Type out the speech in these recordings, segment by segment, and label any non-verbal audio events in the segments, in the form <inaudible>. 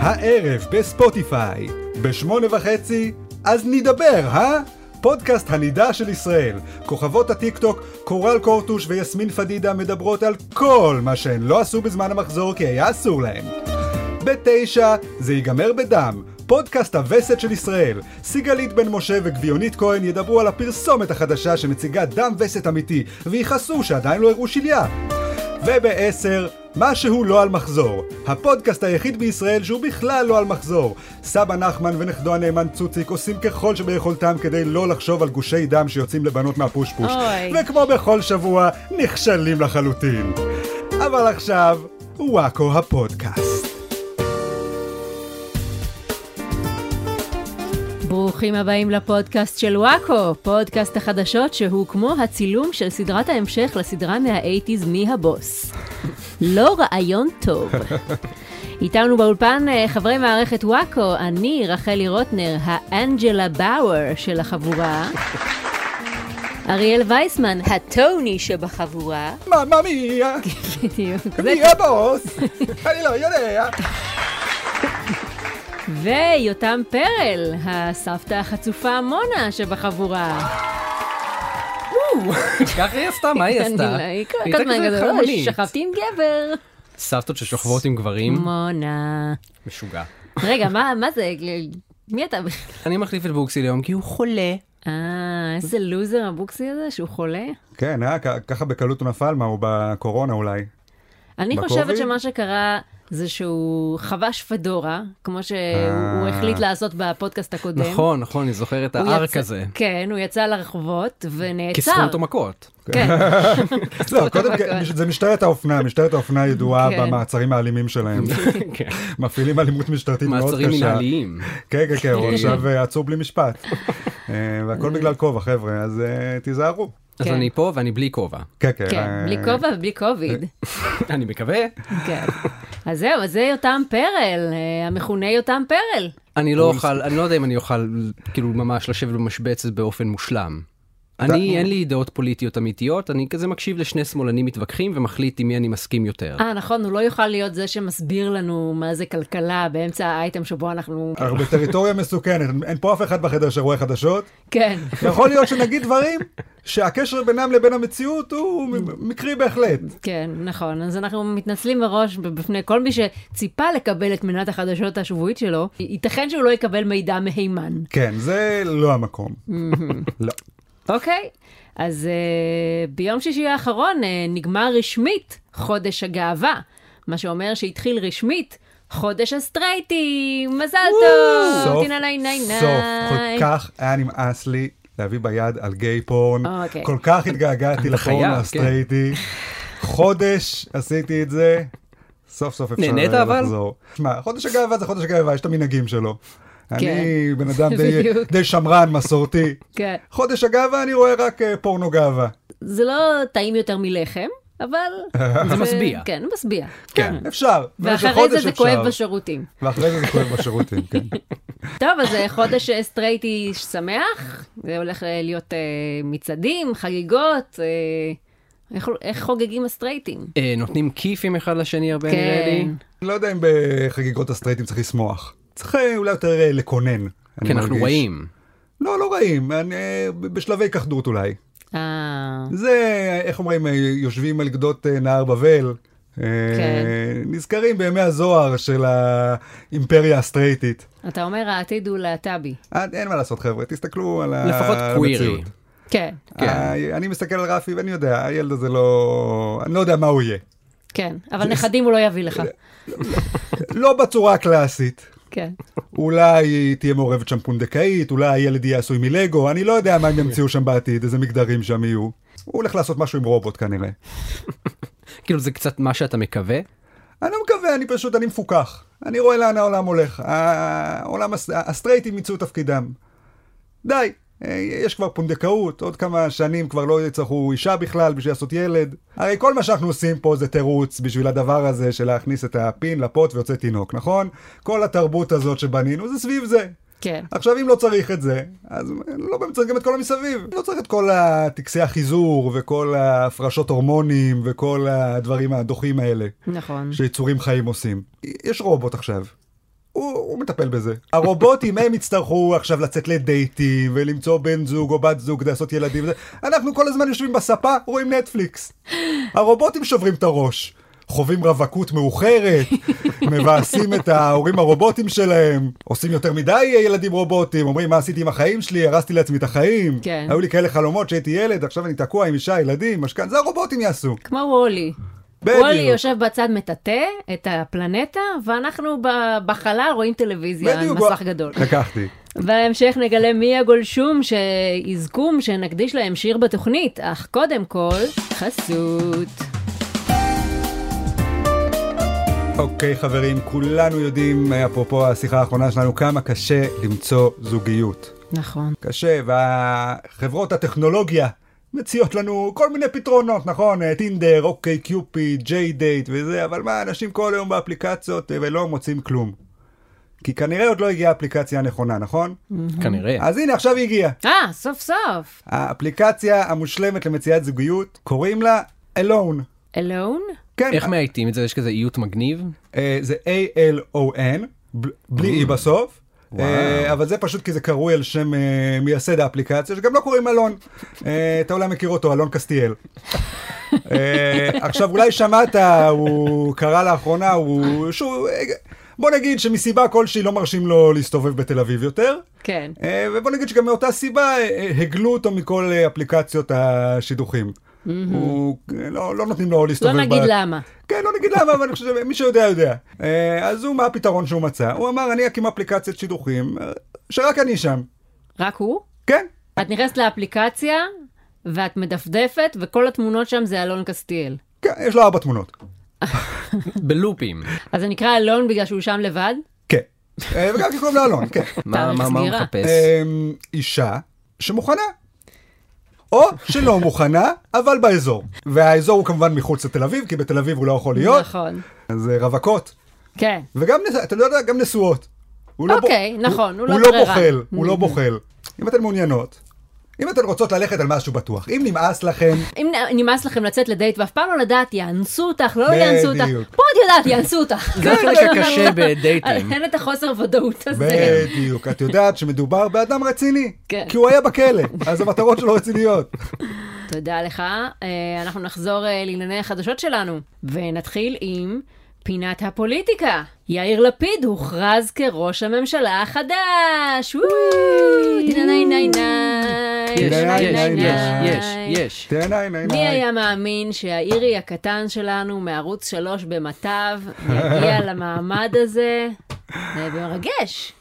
הערב בספוטיפיי, בשמונה וחצי, אז נדבר, אה? פודקאסט הנידה של ישראל. כוכבות הטיקטוק, קורל קורטוש ויסמין פדידה מדברות על כל מה שהן לא עשו בזמן המחזור כי היה אסור להן. בתשע, זה ייגמר בדם. פודקאסט הווסת של ישראל. סיגלית בן משה וגביונית כהן ידברו על הפרסומת החדשה שמציגה דם וסת אמיתי, ויכעסו שעדיין לא הראו שליה. ובעשר, משהו לא על מחזור. הפודקאסט היחיד בישראל שהוא בכלל לא על מחזור. סבא נחמן ונכדו הנאמן צוציק עושים ככל שביכולתם כדי לא לחשוב על גושי דם שיוצאים לבנות מהפושפוש. אוי. וכמו בכל שבוע, נכשלים לחלוטין. אבל עכשיו, וואקו הפודקאסט. ברוכים הבאים לפודקאסט של וואקו, פודקאסט החדשות שהוא כמו הצילום של סדרת ההמשך לסדרה מהאייטיז מי הבוס. לא רעיון טוב. איתנו באולפן אה, חברי מערכת וואקו, אני רחלי רוטנר, האנג'לה באואר של החבורה. אריאל וייסמן, הטוני שבחבורה. מאמא מיה, בדיוק. זה מי הבוס? אני לא יודע. ויותם פרל, הסבתא החצופה מונה שבחבורה. ככה היא עשתה, מה היא אני עשתה? לא- היא כל היא הייתה הזמן כזה כזה, "אוי, חמונית. שכבתי עם גבר. סבתות ששוכבות עם גברים, מונה. משוגע. רגע, מה מה זה? מי אתה? בכלל? אני מחליף את בוקסי ליום כי הוא חולה. כן? אה, איזה לוזר הבוקסי הזה שהוא חולה. כן, אה, כ- ככה בקלות הוא נפל, מה, הוא בקורונה <laughs> אולי. לא, אני בקוביד? חושבת שמה שקרה זה שהוא חבש פדורה, כמו שהוא החליט לעשות בפודקאסט הקודם. אה. נכון, נכון, אני זוכר את הוא הארק יצא- הזה. כן, הוא יצא לרחובות ונעצר. כסחוט או <laughs> מכות. <laughs> כן, לא, קודם כל, זה משטרת האופנה, משטרת האופנה ידועה כן. במעצרים האלימים <laughs> שלהם. מפעילים אלימות משטרתית מאוד קשה. כן. מעצרים מנהליים. כן, כן, כן, הוא כן. עכשיו אה, עצור בלי משפט. אה, והכל בגלל כובע, חבר'ה, אז אה, תיזהרו. אז כן. אני פה ואני בלי כובע. כן, כן. כן, אה, בלי כובע ובלי קוביד. <laughs> אני מקווה. כן. אז זהו, אז זה יותם פרל, אה, המכונה יותם פרל. אני לא אוכל, אני לא יודע אם אני אוכל כאילו ממש לשבת במשבצת באופן מושלם. אני, אין לי דעות פוליטיות אמיתיות, אני כזה מקשיב לשני שמאלנים מתווכחים ומחליט עם מי אני מסכים יותר. אה, נכון, הוא לא יוכל להיות זה שמסביר לנו מה זה כלכלה באמצע האייטם שבו אנחנו... אנחנו בטריטוריה מסוכנת, אין פה אף אחד בחדר שרואה חדשות. כן. יכול להיות שנגיד דברים שהקשר בינם לבין המציאות הוא מ- מקרי בהחלט. כן, נכון. אז אנחנו מתנצלים מראש בפני כל מי שציפה לקבל את מנת החדשות השבועית שלו. ייתכן שהוא לא יקבל מידע מהימן. כן, זה לא המקום. לא. אוקיי, אז אה, ביום שישי האחרון אה, נגמר רשמית חודש הגאווה, מה שאומר שהתחיל רשמית חודש הסטרייטים. מזל טוב! סוף, אה, טינה ליי ניי ניי. סוף, כל כך היה נמאס לי להביא ביד על גיי פורן, אוקיי. כל כך התגעגעתי לפורן חייב, כן. הסטרייטי, כן. חודש עשיתי את זה, סוף סוף אפשר נהנית אה, אבל? לחזור. שמע, חודש הגאווה זה חודש הגאווה, יש את המנהגים שלו. אני בן אדם די- כן. בדיוק. די שמרן, מסורתי. כן. חודש הגאווה אני רואה רק אה, פורנו גאווה. זה לא טעים יותר מלחם, אבל... זה משביע. כן, משביע. כן, אפשר. במשך אה. ואחרי זה חודש זה אפשר. כואב בשירותים. ואחרי זה זה כואב בשירותים, כן. טוב, אז אה, חודש אה, סטרייטי שמח, זה הולך אה, להיות אה, מצעדים, חגיגות, אה, איך, איך חוגגים הסטרייטים? אה, נותנים כיפים אחד לשני הרבה כן. נראה לי. לא יודע אם בחגיגות הסטרייטים צריך לשמוח. צריך אה, אולי יותר אה, לקונן. אני כן, אנחנו מרגיש. רואים. לא, לא רעים, אני, אה, ב- בשלבי כחדות אולי. אה, זה, איך אומרים, אה, יושבים על גדות אה, נהר בבל. אה, כן. נזכרים בימי הזוהר של האימפריה הסטרייטית. אתה אומר העתיד הוא להט"בי. אה, אין מה לעשות חבר'ה, תסתכלו על ה- לפחות על קווירי. אה, המציאות. כן, כן. אה, אני מסתכל על רפי ואני יודע, הילד הזה לא... אני לא יודע מה הוא יהיה. כן, אבל נכדים הוא לא יביא לך. לא בצורה הקלאסית. כן. אולי היא תהיה מעורבת שם פונדקאית, אולי הילד יהיה עשוי מלגו, אני לא יודע מה הם ימציאו שם בעתיד, איזה מגדרים שם יהיו. הוא הולך לעשות משהו עם רובוט כנראה. כאילו זה קצת מה שאתה מקווה. אני לא מקווה, אני פשוט, אני מפוקח. אני רואה לאן העולם הולך. העולם, הס- הסטרייטים מיצו את תפקידם. די, אה, יש כבר פונדקאות, עוד כמה שנים כבר לא יצטרכו אישה בכלל בשביל לעשות ילד. הרי כל מה שאנחנו עושים פה זה תירוץ בשביל הדבר הזה של להכניס את הפין לפוט ויוצא תינוק, נכון? כל התרבות הזאת שבנינו זה סביב זה. כן. עכשיו אם לא צריך את זה, אז לא באמת צריך גם את כל המסביב. לא צריך את כל הטקסי החיזור וכל ההפרשות הורמונים וכל הדברים הדוחים האלה. נכון. שיצורים חיים עושים. יש רובוט עכשיו. הוא, הוא מטפל בזה. הרובוטים הם יצטרכו עכשיו לצאת לדייטים ולמצוא בן זוג או בת זוג כדי לעשות ילדים. וזה. אנחנו כל הזמן יושבים בספה, רואים נטפליקס. הרובוטים שוברים את הראש. חווים רווקות מאוחרת, <laughs> מבאסים את ההורים הרובוטים שלהם, עושים יותר מדי ילדים רובוטים, אומרים מה עשיתי עם החיים שלי, הרסתי לעצמי את החיים. כן. היו לי כאלה חלומות שהייתי ילד, עכשיו אני תקוע עם אישה, ילדים, משכנתה, זה הרובוטים יעשו. כמו וולי. בדיוק. וולי יושב בצד מטאטא את הפלנטה, ואנחנו ב- בחלל רואים טלוויזיה על מסך גדול. לקחתי. בהמשך נגלה מי הגולשום שיזכום שנקדיש להם שיר בתוכנית, אך קודם כל, חסות. אוקיי חברים, כולנו יודעים, אפרופו השיחה האחרונה שלנו, כמה קשה למצוא זוגיות. נכון. קשה, והחברות הטכנולוגיה מציעות לנו כל מיני פתרונות, נכון? אה, טינדר, אוקיי קיופי, ג'יי דייט וזה, אבל מה, אנשים כל היום באפליקציות אה, ולא מוצאים כלום. כי כנראה עוד לא הגיעה האפליקציה הנכונה, נכון? כנראה. אז הנה, עכשיו היא הגיעה. אה, סוף סוף. האפליקציה המושלמת למציאת זוגיות, קוראים לה Alone. אלון? כן, איך מאייתים את זה? יש כזה איות מגניב? אה, זה A-L-O-N, ב- בלי E בסוף. אה, אבל זה פשוט כי זה קרוי על שם אה, מייסד האפליקציה, שגם לא קוראים אלון. אה, אתה אולי מכיר אותו, אלון קסטיאל. אה, עכשיו, אולי שמעת, הוא קרא לאחרונה, הוא... שהוא... אה, בוא נגיד שמסיבה כלשהי לא מרשים לו להסתובב בתל אביב יותר. כן. אה, ובוא נגיד שגם מאותה סיבה אה, הגלו אותו מכל אה, אפליקציות השידוכים. הוא, אה, לא, לא נותנים לו לא להסתובב. נגיד ב- למה. כן, לא נגיד למה, אבל אני חושב שמי שיודע יודע. אה, אז הוא, מה הפתרון שהוא מצא? הוא אמר, אני אקים אפליקציית שידוכים, אה, שרק אני שם. רק הוא? כן, את נכנסת לאפליקציה, ואת מדפדפת, וכל התמונות שם זה אלון קסטיאל. כן, יש לו ארבע תמונות. בלופים. אז זה נקרא אלון בגלל שהוא שם לבד? כן. אה, וגם כי קוראים לה אלון, כן. מה תאריך מה- מה הוא סגירה. מחפש? אה, אישה שמוכנה. או שלא מוכנה, אבל באזור. והאזור הוא כמובן מחוץ לתל אביב, כי בתל אביב הוא לא יכול להיות. נכון. אז אה, רווקות. כן. וגם, נס- אתה לא יודע, גם נשואות. הוא לא בו- אוקיי, נכון, הוא לא הוא לא ברירה. בוחל, הוא לא בוחל. אם אתן מעוניינות, אם אתן רוצות ללכת על משהו בטוח, אם נמאס <laughs> לכם, אם נ- נמאס לכם לצאת לדייט ואף פעם לא לדעת, יאנסו אותך, לא יאנסו בדיוק. אותך. פה את יודעת, יאנסו אותך. כן, זה החלק הקשה בדייטים. אין את החוסר ודאות הזה. בדיוק, את יודעת שמדובר באדם רציני. כן. כי הוא היה בכלא, אז המטרות שלו <laughs> רציניות. תודה לך. אה, אנחנו נחזור אה, לענייני החדשות שלנו, ונתחיל עם פינת הפוליטיקה. יאיר לפיד הוכרז כראש הממשלה החדש. וואו, ניי, ניי, ניי. יש, ניי, יש, ניי, יש, ניי. יש, יש. תן עין, עין, מי עין. היה מאמין שהאירי הקטן שלנו מערוץ 3 במטב <laughs> יגיע למעמד הזה? זה מרגש.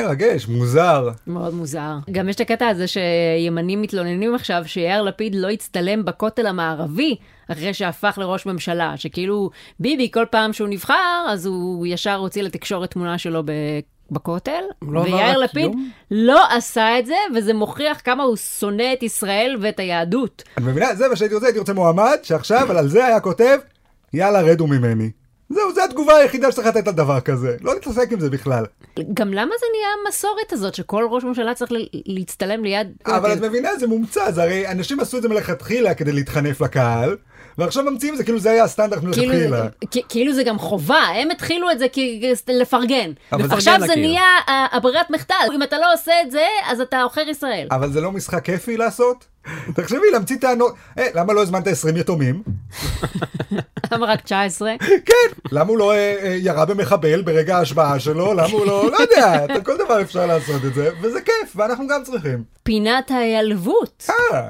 מרגש, מוזר. מאוד מוזר. גם יש את הקטע הזה שימנים מתלוננים עכשיו שיאיר לפיד לא הצטלם בכותל המערבי אחרי שהפך לראש ממשלה, שכאילו ביבי כל פעם שהוא נבחר אז הוא ישר הוציא לתקשורת תמונה שלו ב... בכותל, הוא לא אמר ויאיר רק לפיד יום? לא עשה את זה, וזה מוכיח כמה הוא שונא את ישראל ואת היהדות. את מבינה? זה מה שהייתי רוצה, הייתי רוצה מועמד, שעכשיו על זה היה כותב, יאללה, רדו ממני. זהו, זו התגובה היחידה שצריך לתת על דבר כזה. לא להתעסק עם זה בכלל. גם למה זה נהיה המסורת הזאת שכל ראש ממשלה צריך ל- להצטלם ליד... אבל את כותל? מבינה, זה מומצא, זה הרי אנשים עשו את זה מלכתחילה כדי להתחנף לקהל, ועכשיו ממציאים את זה כאילו זה היה הסטנדרט כאילו, מלכתחילה. כ- כאילו זה גם חובה, הם התחילו את זה כ- כ- לפרגן. אבל זה עכשיו לפרגן זה לקיר. נהיה אה, הברירת מחדל, אם אתה לא עושה את זה, אז אתה עוכר ישראל. אבל זה לא משחק כיפי לעשות? תחשבי, להמציא טענות, אה, למה לא הזמנת 20 יתומים? למה רק 19? כן. למה הוא לא אה, אה, ירה במחבל ברגע ההשבעה שלו? למה הוא לא, לא יודע, אתה- כל דבר אפשר לעשות את זה, וזה כיף, ואנחנו גם צריכים. פינת ההיעלבות. אה,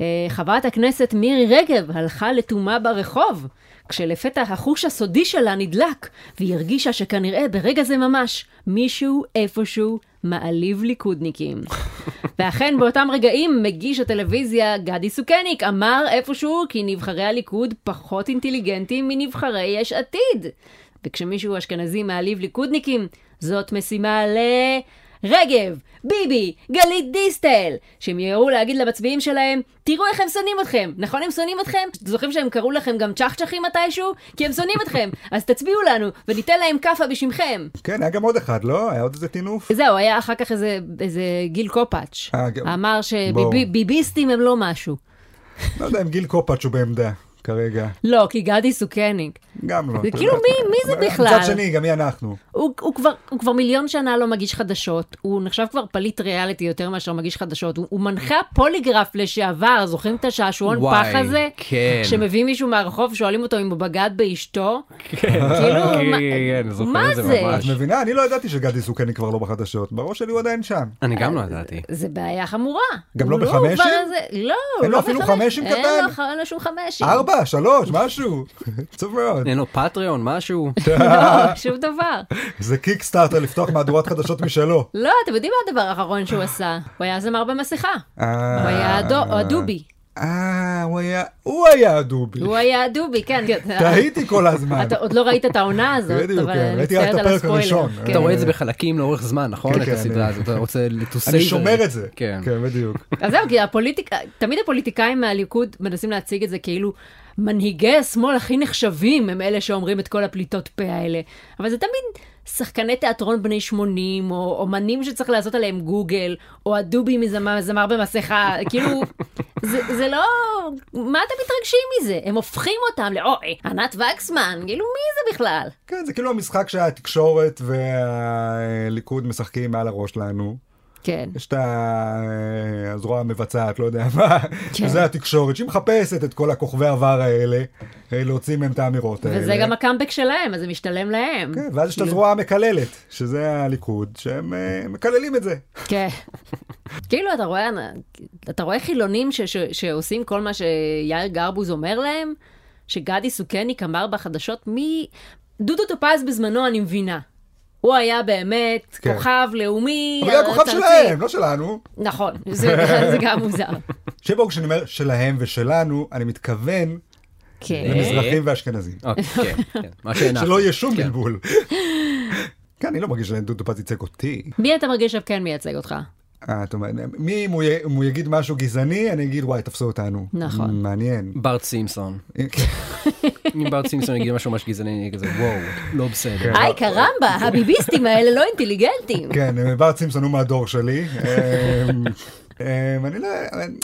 אה, חברת הכנסת מירי רגב הלכה לתומה ברחוב, כשלפתע החוש הסודי שלה נדלק, והיא הרגישה שכנראה ברגע זה ממש מישהו איפשהו מעליב ליכודניקים. ואכן באותם רגעים מגיש הטלוויזיה גדי סוכניק אמר איפשהו כי נבחרי הליכוד פחות אינטליגנטים מנבחרי יש עתיד. וכשמישהו אשכנזי מעליב ליכודניקים, זאת משימה ל... רגב, ביבי, גלית דיסטל, שהם יראו להגיד למצביעים שלהם, תראו איך הם שונאים אתכם. נכון הם שונאים אתכם? זוכרים שהם קראו לכם גם צ'חצ'חים מתישהו? כי הם שונאים אתכם, אז תצביעו לנו, וניתן להם כאפה בשמכם. כן, היה גם עוד אחד, לא? היה עוד איזה טינוף? זהו, היה אחר כך איזה, איזה גיל קופאץ'. אה, גם- אמר בואו. שביביסטים הם לא משהו. לא יודע אם גיל קופאץ' הוא בעמדה. כרגע. לא, כי גדי סוכניק. גם לא. זה כאילו, מי- מי זה בכלל? מצד שני, גם מי אנחנו? הוא, הוא, כבר, הוא כבר מיליון שנה לא מגיש חדשות, הוא נחשב כבר פליט ריאליטי יותר מאשר מגיש חדשות, הוא, הוא מנחה הפוליגרף לשעבר, זוכרים את השעשועון וואי, פח הזה? כן. שמביא מישהו מהרחוב, שואלים אותו אם הוא בגד באשתו? כן, כאילו, מה- כן, זוכר מה את זה? את ממש. מבינה? אני לא ידעתי שגדי סוכני כבר לא בחדשות. בראש שלי הוא עדיין שם. אני גם לא ידעתי. אה, זה בעיה חמורה. גם הוא לא בחמשים? הובא לזה- לא, הוא אין לו לא אפילו בחמש- חמשים אין קטן? לו, ח- אין לו שום חמשים. ארבע, שלוש, משהו. <laughs> טוב מאוד. אין לו פטריון, משהו? כן. לא, <laughs> שום דבר. זה קיקסטארטר לפתוח מהדורת חדשות משלו. לא, אתם יודעים מה הדבר האחרון שהוא עשה? הוא היה זמר במסכה. אה. הוא היה הדו- או הדובי. אה, הוא היה, הוא היה הדובי. <laughs> הוא היה הדובי, כן. טעיתי כל הזמן. אתה עוד לא ראית את העונה הזאת, בדיוק, אבל כן. אני ראיתי רק את מצטערת על הפרק הספוילר. הראשון. כן. אתה רואה את זה בחלקים לאורך זמן, נכון? כן, את כן, הסדרה אני- הזאת, אתה רוצה to אני savor שומר את זה. כן. כן, בדיוק. <laughs> אז זהו, כי הפוליטיקה, תמיד הפוליטיקאים מהליכוד מנסים להציג את זה כאילו מנהיגי השמאל הכי נחשבים הם אלה שאומרים את כל הפליטות פה האלה. אבל זה תמיד שחקני תיאטרון בני 80, או אומנים שצריך לעשות עליהם גוגל, או הדובי מזמר זמר במסכה, <laughs> כאילו, זה, זה לא... מה אתם מתרגשים מזה? הם הופכים אותם ל... אוי, ענת וקסמן, כאילו, מי זה בכלל? כן, זה כאילו המשחק שהתקשורת והליכוד משחקים מעל הראש לנו. כן. יש את ה- הזרוע המבצעת, לא יודע <laughs> מה, כן. שזה התקשורת, שהיא מחפשת את כל הכוכבי עבר האלה, אה, להוציא מהם את האמירות האלה. וזה גם הקאמבק שלהם, אז זה משתלם להם. כן, ואז כאילו- יש את הזרוע המקללת, שזה הליכוד, שהם אה, מקללים את זה. כן. כאילו, אתה רואה, אתה רואה חילונים ש, ש, שעושים כל מה שיאיר גרבוז אומר להם, שגדי סוכניק אמר בחדשות, מי... דודו טופז בזמנו, אני מבינה. הוא היה באמת כן. כוכב לאומי. אבל זה הכוכב ארצי. שלהם, לא שלנו. נכון, זה, <laughs> זה גם מוזר. שיהיה ברור כשאני אומר שלהם ושלנו, אני מתכוון כן. למזרחים ואשכנזים. אוקיי, כן, אה? כן, מה <laughs> שאנחנו. שלא יהיה שום כן. בלבול. <laughs> כן, אני לא מרגיש שדודו פז ייצג אותי. מי אתה מרגיש שכן מייצג אותך? אה, את אומרת, מי, אם הוא, י- אם הוא יגיד משהו גזעני, אני אגיד, וואי, תפסו אותנו. נכון. מעניין. בארט סימפסון. אם בארט סימפסון יגיד משהו ממש גזעני, אני אגיד כזה, וואו, לא בסדר. היי, אה, קרמבה, הביביסטים האלה לא אינטליגנטים. כן, בר סימפסון הוא מהדור שלי. אמ, אמ, אני לא,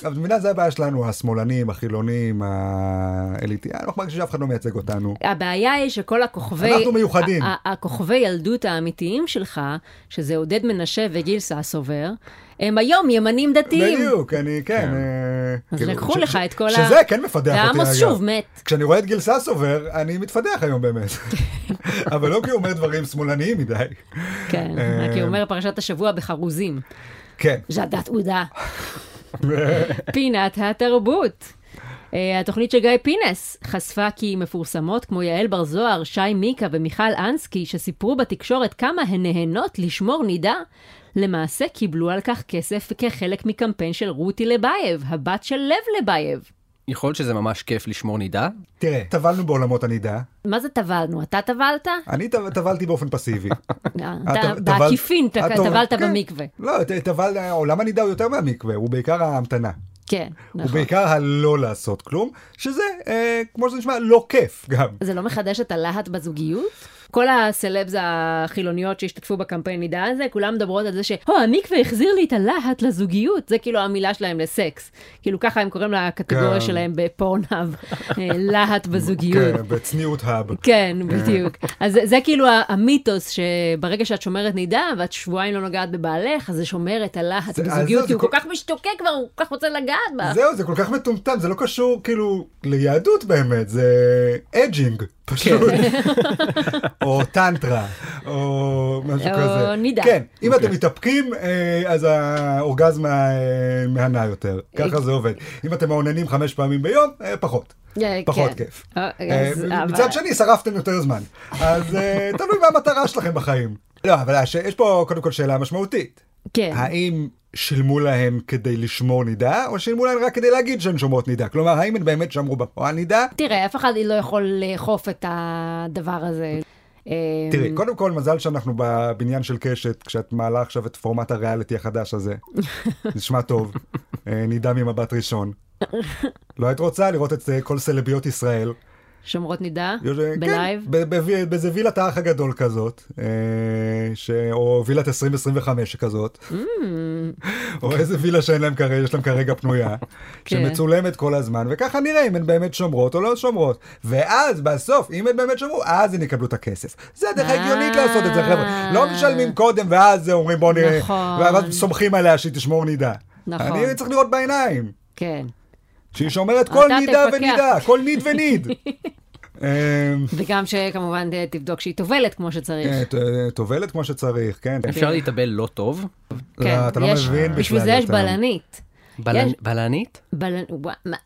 אבל במילה זה הבעיה שלנו, השמאלנים, החילונים, האליטי, אני לא מרגיש שאף אחד לא מייצג אותנו. הבעיה היא שכל הכוכבי... אנחנו מיוחדים. ה- ה- הכוכבי ילדות האמיתיים שלך, שזה עודד מנשה וגיל ססובר, הם היום ימנים דתיים. בדיוק, אני, כן. אה, אז כאילו, לקחו ש- לך ש- את כל ה- שזה כן מפדח אותי, ועמוס שוב מת. כשאני רואה את גיל סס עובר, אני מתפדח היום באמת. <laughs> אבל לא כי הוא אומר דברים שמאלניים מדי. כן, אה, רק היא אומר פרשת השבוע בחרוזים. כן. ז'דת עודה. פינת התרבות. אה, התוכנית של גיא פינס חשפה כי מפורסמות כמו יעל בר זוהר, שי מיקה ומיכל אנסקי, שסיפרו בתקשורת כמה הן נהנות לשמור נידה, למעשה קיבלו על כך כסף כחלק מקמפיין של רותי לבייב, הבת של לב לבייב. יכול להיות שזה ממש כיף לשמור נידה, תראה, טבלנו בעולמות הנידה, מה זה טבלנו? אתה טבלת? אני טב- טבלתי באופן פסיבי. אה, את אתה טבלת- בעקיפין את טק- טוב- טבלת כן. במקווה. לא, ת- טבל, עולם הנידה הוא יותר מהמקווה, הוא בעיקר ההמתנה. כן, הוא נכון. בעיקר הלא לעשות כלום, שזה, אה, כמו שזה נשמע, לא כיף גם. זה לא מחדש את הלהט בזוגיות? כל הסלבס החילוניות שהשתתפו בקמפיין נידה הזה, כולם מדברות על זה ש, הו, המקווה החזיר לי את הלהט לזוגיות, זה כאילו המילה שלהם לסקס. כאילו ככה הם קוראים לקטגוריה כן. שלהם בפורנהב, <laughs> אה, להט בזוגיות. כן, בצניעות האב. כן, בדיוק. אז זה, זה כאילו ה- המיתוס שברגע שאת שומרת נידה ואת שבועיים לא נוגעת בבעלך, אז זה שומר את הלהט זה- אז בזוגיות, זה- כי זה הוא כל כל- כך משתוקק כבר, הוא כל כך רוצה לגעת בה. זהו, זה כל כך מטומטם, זה לא קשור כאילו ליהדות באמת, זה אג'ינג, פשוט. כן. <laughs> או טנטרה, או משהו או כזה. נידה. כן, אם אתם מתאפקים, אה, אז האורגזמה אה, מהנה יותר. ככה זה עובד. אם אתם מעוננים חמש פעמים ביום, אה, פחות. אה, פחות כן. כיף. אה, אז- אה, אבל- מצד שני, שרפתם יותר זמן. אז אה, תלוי מה המטרה שלכם בחיים. לא, אבל הש- יש פה קודם כל שאלה משמעותית. כן. האם שילמו להם כדי לשמור נידה, או שילמו להם רק כדי להגיד שהן שומרות נידה? כלומר, האם הן באמת שמרו בפועל נידה? תראה, אף אחד לא יכול לאכוף את הדבר הזה. אה, תראי, קודם כל, מזל שאנחנו בבניין של קשת, כשאת מעלה עכשיו את פורמט הריאליטי החדש <laughs> הזה. נשמע טוב. אה, נידה ממבט ראשון. לא היית רוצה לראות את אה, כל סלביות ישראל שומרות נידה? יושב- בלייב? כן, ב- ב- באיזה וילת האח הגדול כזאת, אה, ש- או וילת 2025 כזאת, Mm. <laughs> או איזה וילה שאין להם כרגע, יש להם כרגע פנויה, <laughs> כן. שמצולמת כל הזמן, וככה נראה אם הן באמת שומרות או לא שומרות. ואז בסוף, אם הן באמת שמרו, אז הן יקבלו את הכסף. זה הדרך אה. ההגיונית לעשות את זה, חבר'ה. לא משלמים קודם, ואז זה אומרים בוא נראה, נכון. ואז סומכים עליה שהיא תשמור נידה. נכון. אני צריך לראות בעיניים. כן. שהיא שומרת כל אתה נידה תפקח. ונידה, כל ניד <laughs> וניד. אמ, וגם שכמובן אה, תבדוק שהיא טובלת כמו שצריך. כן, ט- טובלת כמו שצריך, כן. אפשר להתאבל לא טוב? לא, אתה לא כן. יש- מבין בשביל בכלל זה יש יותר. בלנית. בלנ- יש- בלנית? לא- בלנ... וואו, מה,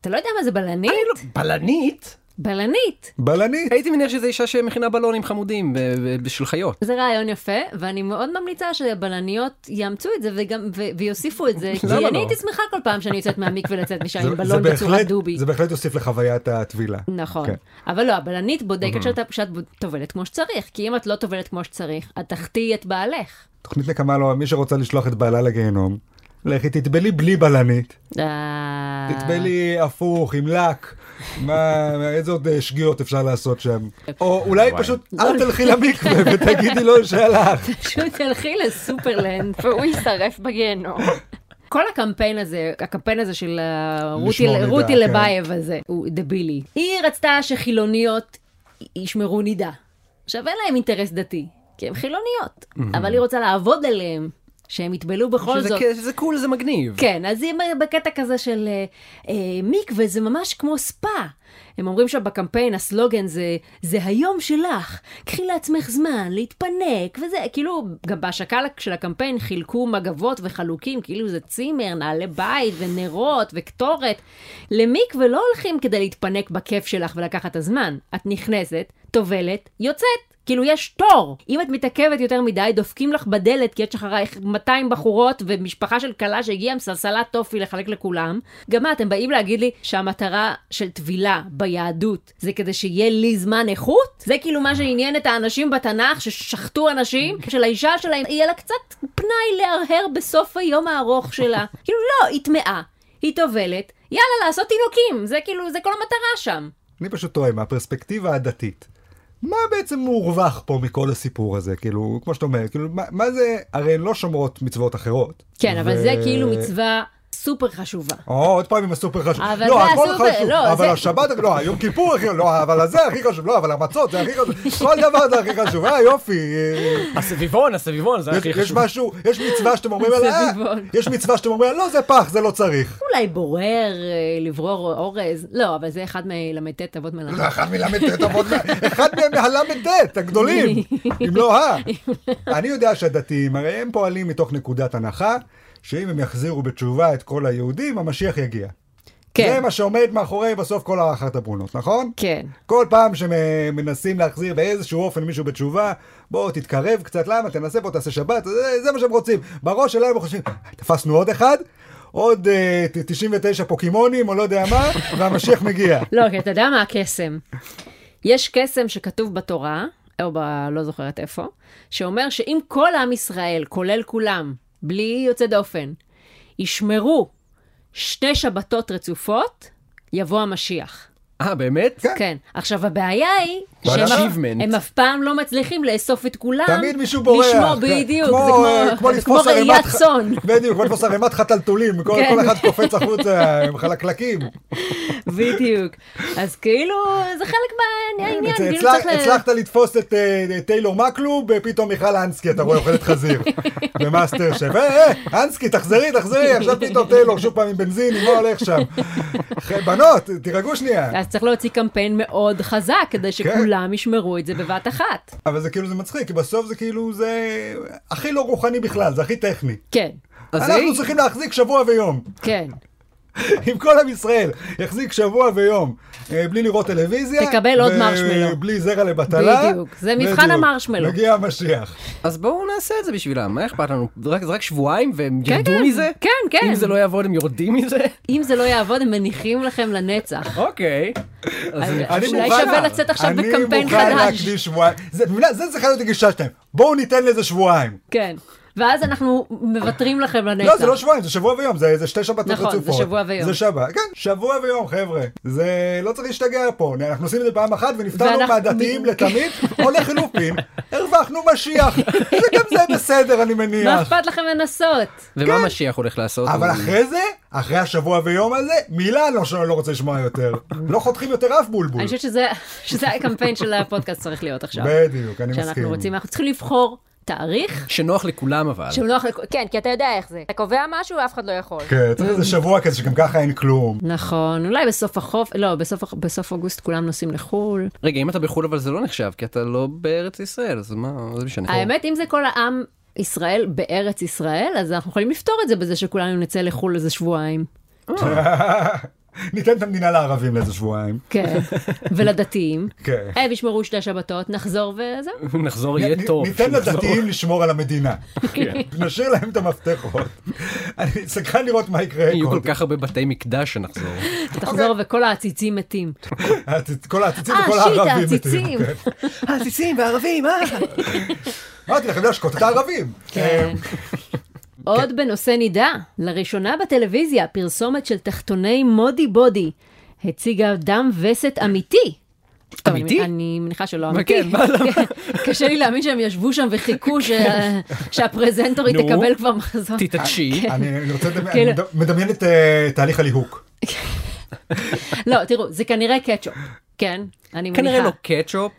אתה לא יודע מה זה בלנית? בלנית? לא- בלנית. בלנית. הייתי מניח שזו אישה שמכינה בלונים חמודים ב- ב- בשביל חיות. זה רעיון יפה, ואני מאוד ממליצה שהבלניות יאמצו את זה וגם, ו- <laughs> ויוסיפו את זה, למה כי אני לא? הייתי שמחה כל פעם שאני יוצאת מהמקווה לצאת משם זה- עם זה בלון בצורת בהחלט- דובי. זה בהחלט יוסיף לחוויית הטבילה. נכון, כן. Mm-hmm. אבל לא, הבלנית בודקת שאתה- שאת טובלת כמו שצריך, כי אם את לא טובלת כמו שצריך, את תחטיא את בעלך. תוכנית נקמה לא, מי שרוצה לשלוח את בעלה לגיהנום, לכי תטבלי בלי בלנית, אה, תטבלי הפוך, עם לק. מה, מה- איזה עוד אה, שגיאות אפשר לעשות שם? או אולי וואי. פשוט לא, אל תלכי למקווה ותגידי לו שהלך. פשוט תלכי לסופרלנד <laughs> והוא יישרף בגיהנום. כל הקמפיין הזה, הקמפיין הזה של ה- רותי- לשמור נידה, רותי כן. לבייב הזה, הוא דבילי. היא רצתה שחילוניות ישמרו נידה. עכשיו אין להם אינטרס דתי, כי הם חילוניות, Mm-hmm. אבל היא רוצה לעבוד עליהם, שהם יטבלו בכל שזה זאת. כ- שזה קול, זה מגניב. כן, אז היא בקטע כזה של אה, אה, מקווה זה ממש כמו ספא. הם אומרים שם בקמפיין, הסלוגן זה, זה היום שלך, קחי לעצמך זמן, להתפנק וזה, כאילו, גם בהשקה של הקמפיין חילקו מגבות וחלוקים, כאילו זה צימר, נעלי בית ונרות וקטורת. למקווה לא הולכים כדי להתפנק בכיף שלך ולקחת את הזמן. את נכנסת, טובלת, יוצאת. כאילו יש תור. אם את מתעכבת יותר מדי, דופקים לך בדלת, כי יש אחרייך 200 בחורות ומשפחה של כלה שהגיעה עם סלסלת טופי לחלק לכולם. גם מה, אתם באים להגיד לי שהמטרה של טבילה ביהדות זה כדי שיהיה לי זמן איכות? זה כאילו מה שעניין את האנשים בתנ"ך ששחטו אנשים, שלאישה שלהם יהיה לה קצת פנאי להרהר בסוף היום הארוך שלה. כאילו לא, היא טמאה, היא טובלת, יאללה, לעשות תינוקים, זה כאילו, זה כל המטרה שם. אני פשוט טועה, מהפרספקטיבה הדתית, מה בעצם מורווח פה מכל הסיפור הזה? כאילו, כמו שאתה אומר, כאילו, מה, מה זה, הרי הן לא שומרות מצוות אחרות. כן, אבל ו- זה כאילו מצווה סופר חשובה. או, עוד פעם עם הסופר חשוב. אבל לא, זה הכל הסופר, חשוב. לא, אבל זה- השבת, לא, היום כיפור הכי לא, אבל זה הכי חשוב, לא, אבל המצות זה הכי חשוב. <laughs> כל דבר זה הכי חשוב, אה, יופי. אה, הסביבון, הסביבון, זה יש- הכי יש חשוב. משהו, יש מצווה שאתם אומרים עליה, אה, סביבון. יש מצווה שאתם אומרים עליה, לא, זה פח, זה לא צריך. אולי בורר, אה, לברור אורז, לא, אבל זה אחד מל"ט אבות מלאכה. אחד מל"ט אבות, אחד מהם מהל"ט הגדולים, אם לא ה. אני יודע שהדתיים, הרי הם פועלים מתוך נקודת הנחה, שאם הם יחזירו בתשובה את כל היהודים, המשיח יגיע. זה כן, מה שעומד מאחורי בסוף כל הארכת הברונות, נכון? כן. כל פעם שמנסים להחזיר באיזשהו אופן מישהו בתשובה, בוא תתקרב קצת, למה? תנסה פה, תעשה שבת, זה, זה מה שהם רוצים. בראש שלהם הם חושבים, תפסנו עוד אחד, עוד אה, ת- 99 פוקימונים או לא יודע מה, והמשיח מגיע. לא, כי אתה יודע מה הקסם. יש קסם שכתוב בתורה, או ב... לא זוכרת איפה, שאומר שאם כל עם ישראל, כולל כולם, בלי יוצא דופן, ישמרו שתי שבתות רצופות, יבוא המשיח. אה, באמת? כן. כן. עכשיו, הבעיה היא וואלה. שהם Achievement. הם אף פעם לא מצליחים לאסוף את כולם. תמיד מישהו בורח. לשמור, כן. בדיוק. כמו, אה, זה כמו, זה כמו לתפוס ראיית ערימת ח- צאן. <laughs> בדיוק, כמו לתפוס ערימת חתלתולים, כל כן. כל אחד קופץ החוצה עם <laughs> חלקלקים. בדיוק. אז כאילו, זה חלק מהעניין. הצ- כאילו כן, הצלח- צריך ל- הצלחת לתפוס את אה, אה, טיילור מקלוב, ופתאום מיכל אנסקי, אתה רואה, אוכלת <laughs> חזיר. במאסטר שף, אה, אה, אנסקי, תחזרי, <laughs> תחזרי, עכשיו פתאום טיילור שוב פעם עם בנזין, היא לא הולך שם. <laughs> אחי, בנות, תירגעו <laughs> שנייה. אז צריך להוציא קמפיין מאוד חזק, כדי כן. שכולם ישמרו את זה בבת אחת. אבל זה כאילו, זה מצחיק, כי בסוף זה כאילו, זה הכי לא רוחני בכלל, זה הכי טכני. כן, אז אנחנו היי, צריכים להחזיק שבוע ויום. כן. אם כל <laughs> עם ישראל יחזיק שבוע ויום אה, בלי לראות טלוויזיה, תקבל עוד ו- מרשמלו. בלי זרע לבטלה, בדיוק, זה מבחן בדיוק. המרשמלו. מגיע המשיח. אז בואו נעשה את זה בשבילם, מה אכפת לנו? רק- זה רק שבועיים והם כן, ירדו כן. מזה? כן, כן. אם זה לא יעבוד הם יורדים <laughs> מזה? אם זה לא יעבוד, הם מניחים לכם לנצח. אוקיי. אז אני אולי חושב מוכן- שווה לצאת עכשיו בקמפיין אני מוכן חדש. להקדיש שבועיים. זה, אתה מבינה? זה צריכה להיות הגישה שלהם. בואו ניתן לזה שבועיים. כן. ואז אנחנו מוותרים לכם לנצח. לא, זה לא שבועיים, זה שבוע ויום, זה, זה שתי שבתות נכון, זה רצופות. שבוע ויום. זה שבת, כן, שבוע ויום, חבר'ה. זה לא צריך להשתגע פה, אנחנו עושים את זה פעם אחת ונפטרנו ואנחנו- מהדתיים לתמיד, או לחילופין, הרווחנו <laughs> משיח. זה גם זה בסדר, אני מה מניח. אכפת לכם לנסות? ומה משיח הולך לעשות? כן. אבל הוא- אחרי זה, אחרי השבוע ויום הזה, מילה לא שאני לא רוצה לשמוע <laughs> יותר. לא חותכים יותר אף בולבול. אני חושבת שזה- שזה הקמפיין של הפודקאסט צריך להיות עכשיו. בדיוק, אני מסכים. שאנחנו רוצים, אנחנו צריכים לבחור תאריך שנוח לכולם אבל. שנוח לכ... כן, כי אתה יודע איך זה. אתה קובע משהו, אף אחד לא יכול. כן, צריך איזה שבוע כזה שגם ככה אין כלום. <laughs> נכון, אולי בסוף החוף, לא, בסוף, הח- בסוף אוגוסט כולם נוסעים לחו"ל. רגע, אם אתה בחו"ל אבל זה לא נחשב, כי אתה לא בארץ ישראל, אז מה, מה זה משנה. האמת, אם זה כל העם ישראל בארץ ישראל, אז אנחנו יכולים לפתור את זה בזה שכולנו נצא לחו"ל איזה שבועיים. ניתן את המדינה לערבים לאיזה שבועיים. <laughs> כן. ולדתיים. כן. הם ישמרו שתי שבתות, נחזור וזהו. נחזור יהיה טוב. ניתן נחזור. <laughs> לדתיים לשמור על המדינה. כן. <laughs> נשאיר להם את המפתחות. <laughs> אני סקרן לראות מה יקרה. יהיו כל קודם. <laughs> כך הרבה בתי מקדש שנחזור. אוקיי. תחזור וכל העציצים מתים. העציצ- כל העציצים אה, וכל שיט, הערבים. העציצים. מתים, <laughs> כן. עציצים וערבים, אה? אמרתי לכם להשקות את הערבים. כן. עוד בנושא נידע, לראשונה בטלוויזיה, פרסומת של תחתוני מודי בודי הציגה דם וסת אמיתי. טוב, אני- אמיתי? אני מניחה שלא מה, אמיתי. כן, מה, למה? כן. קשה לי להאמין שהם ישבו שם וחיכו ש- שהפרזנטורית נו. תקבל כבר מחזור. כן, תתעדשי. אני אמ, אני רוצה לדמ- כאילו- אני מד- מדמיין את אה, תהליך הליהוק. לא, תראו, זה כנראה קטשופ, כן? אני מניחה. כנראה לא קטשופ.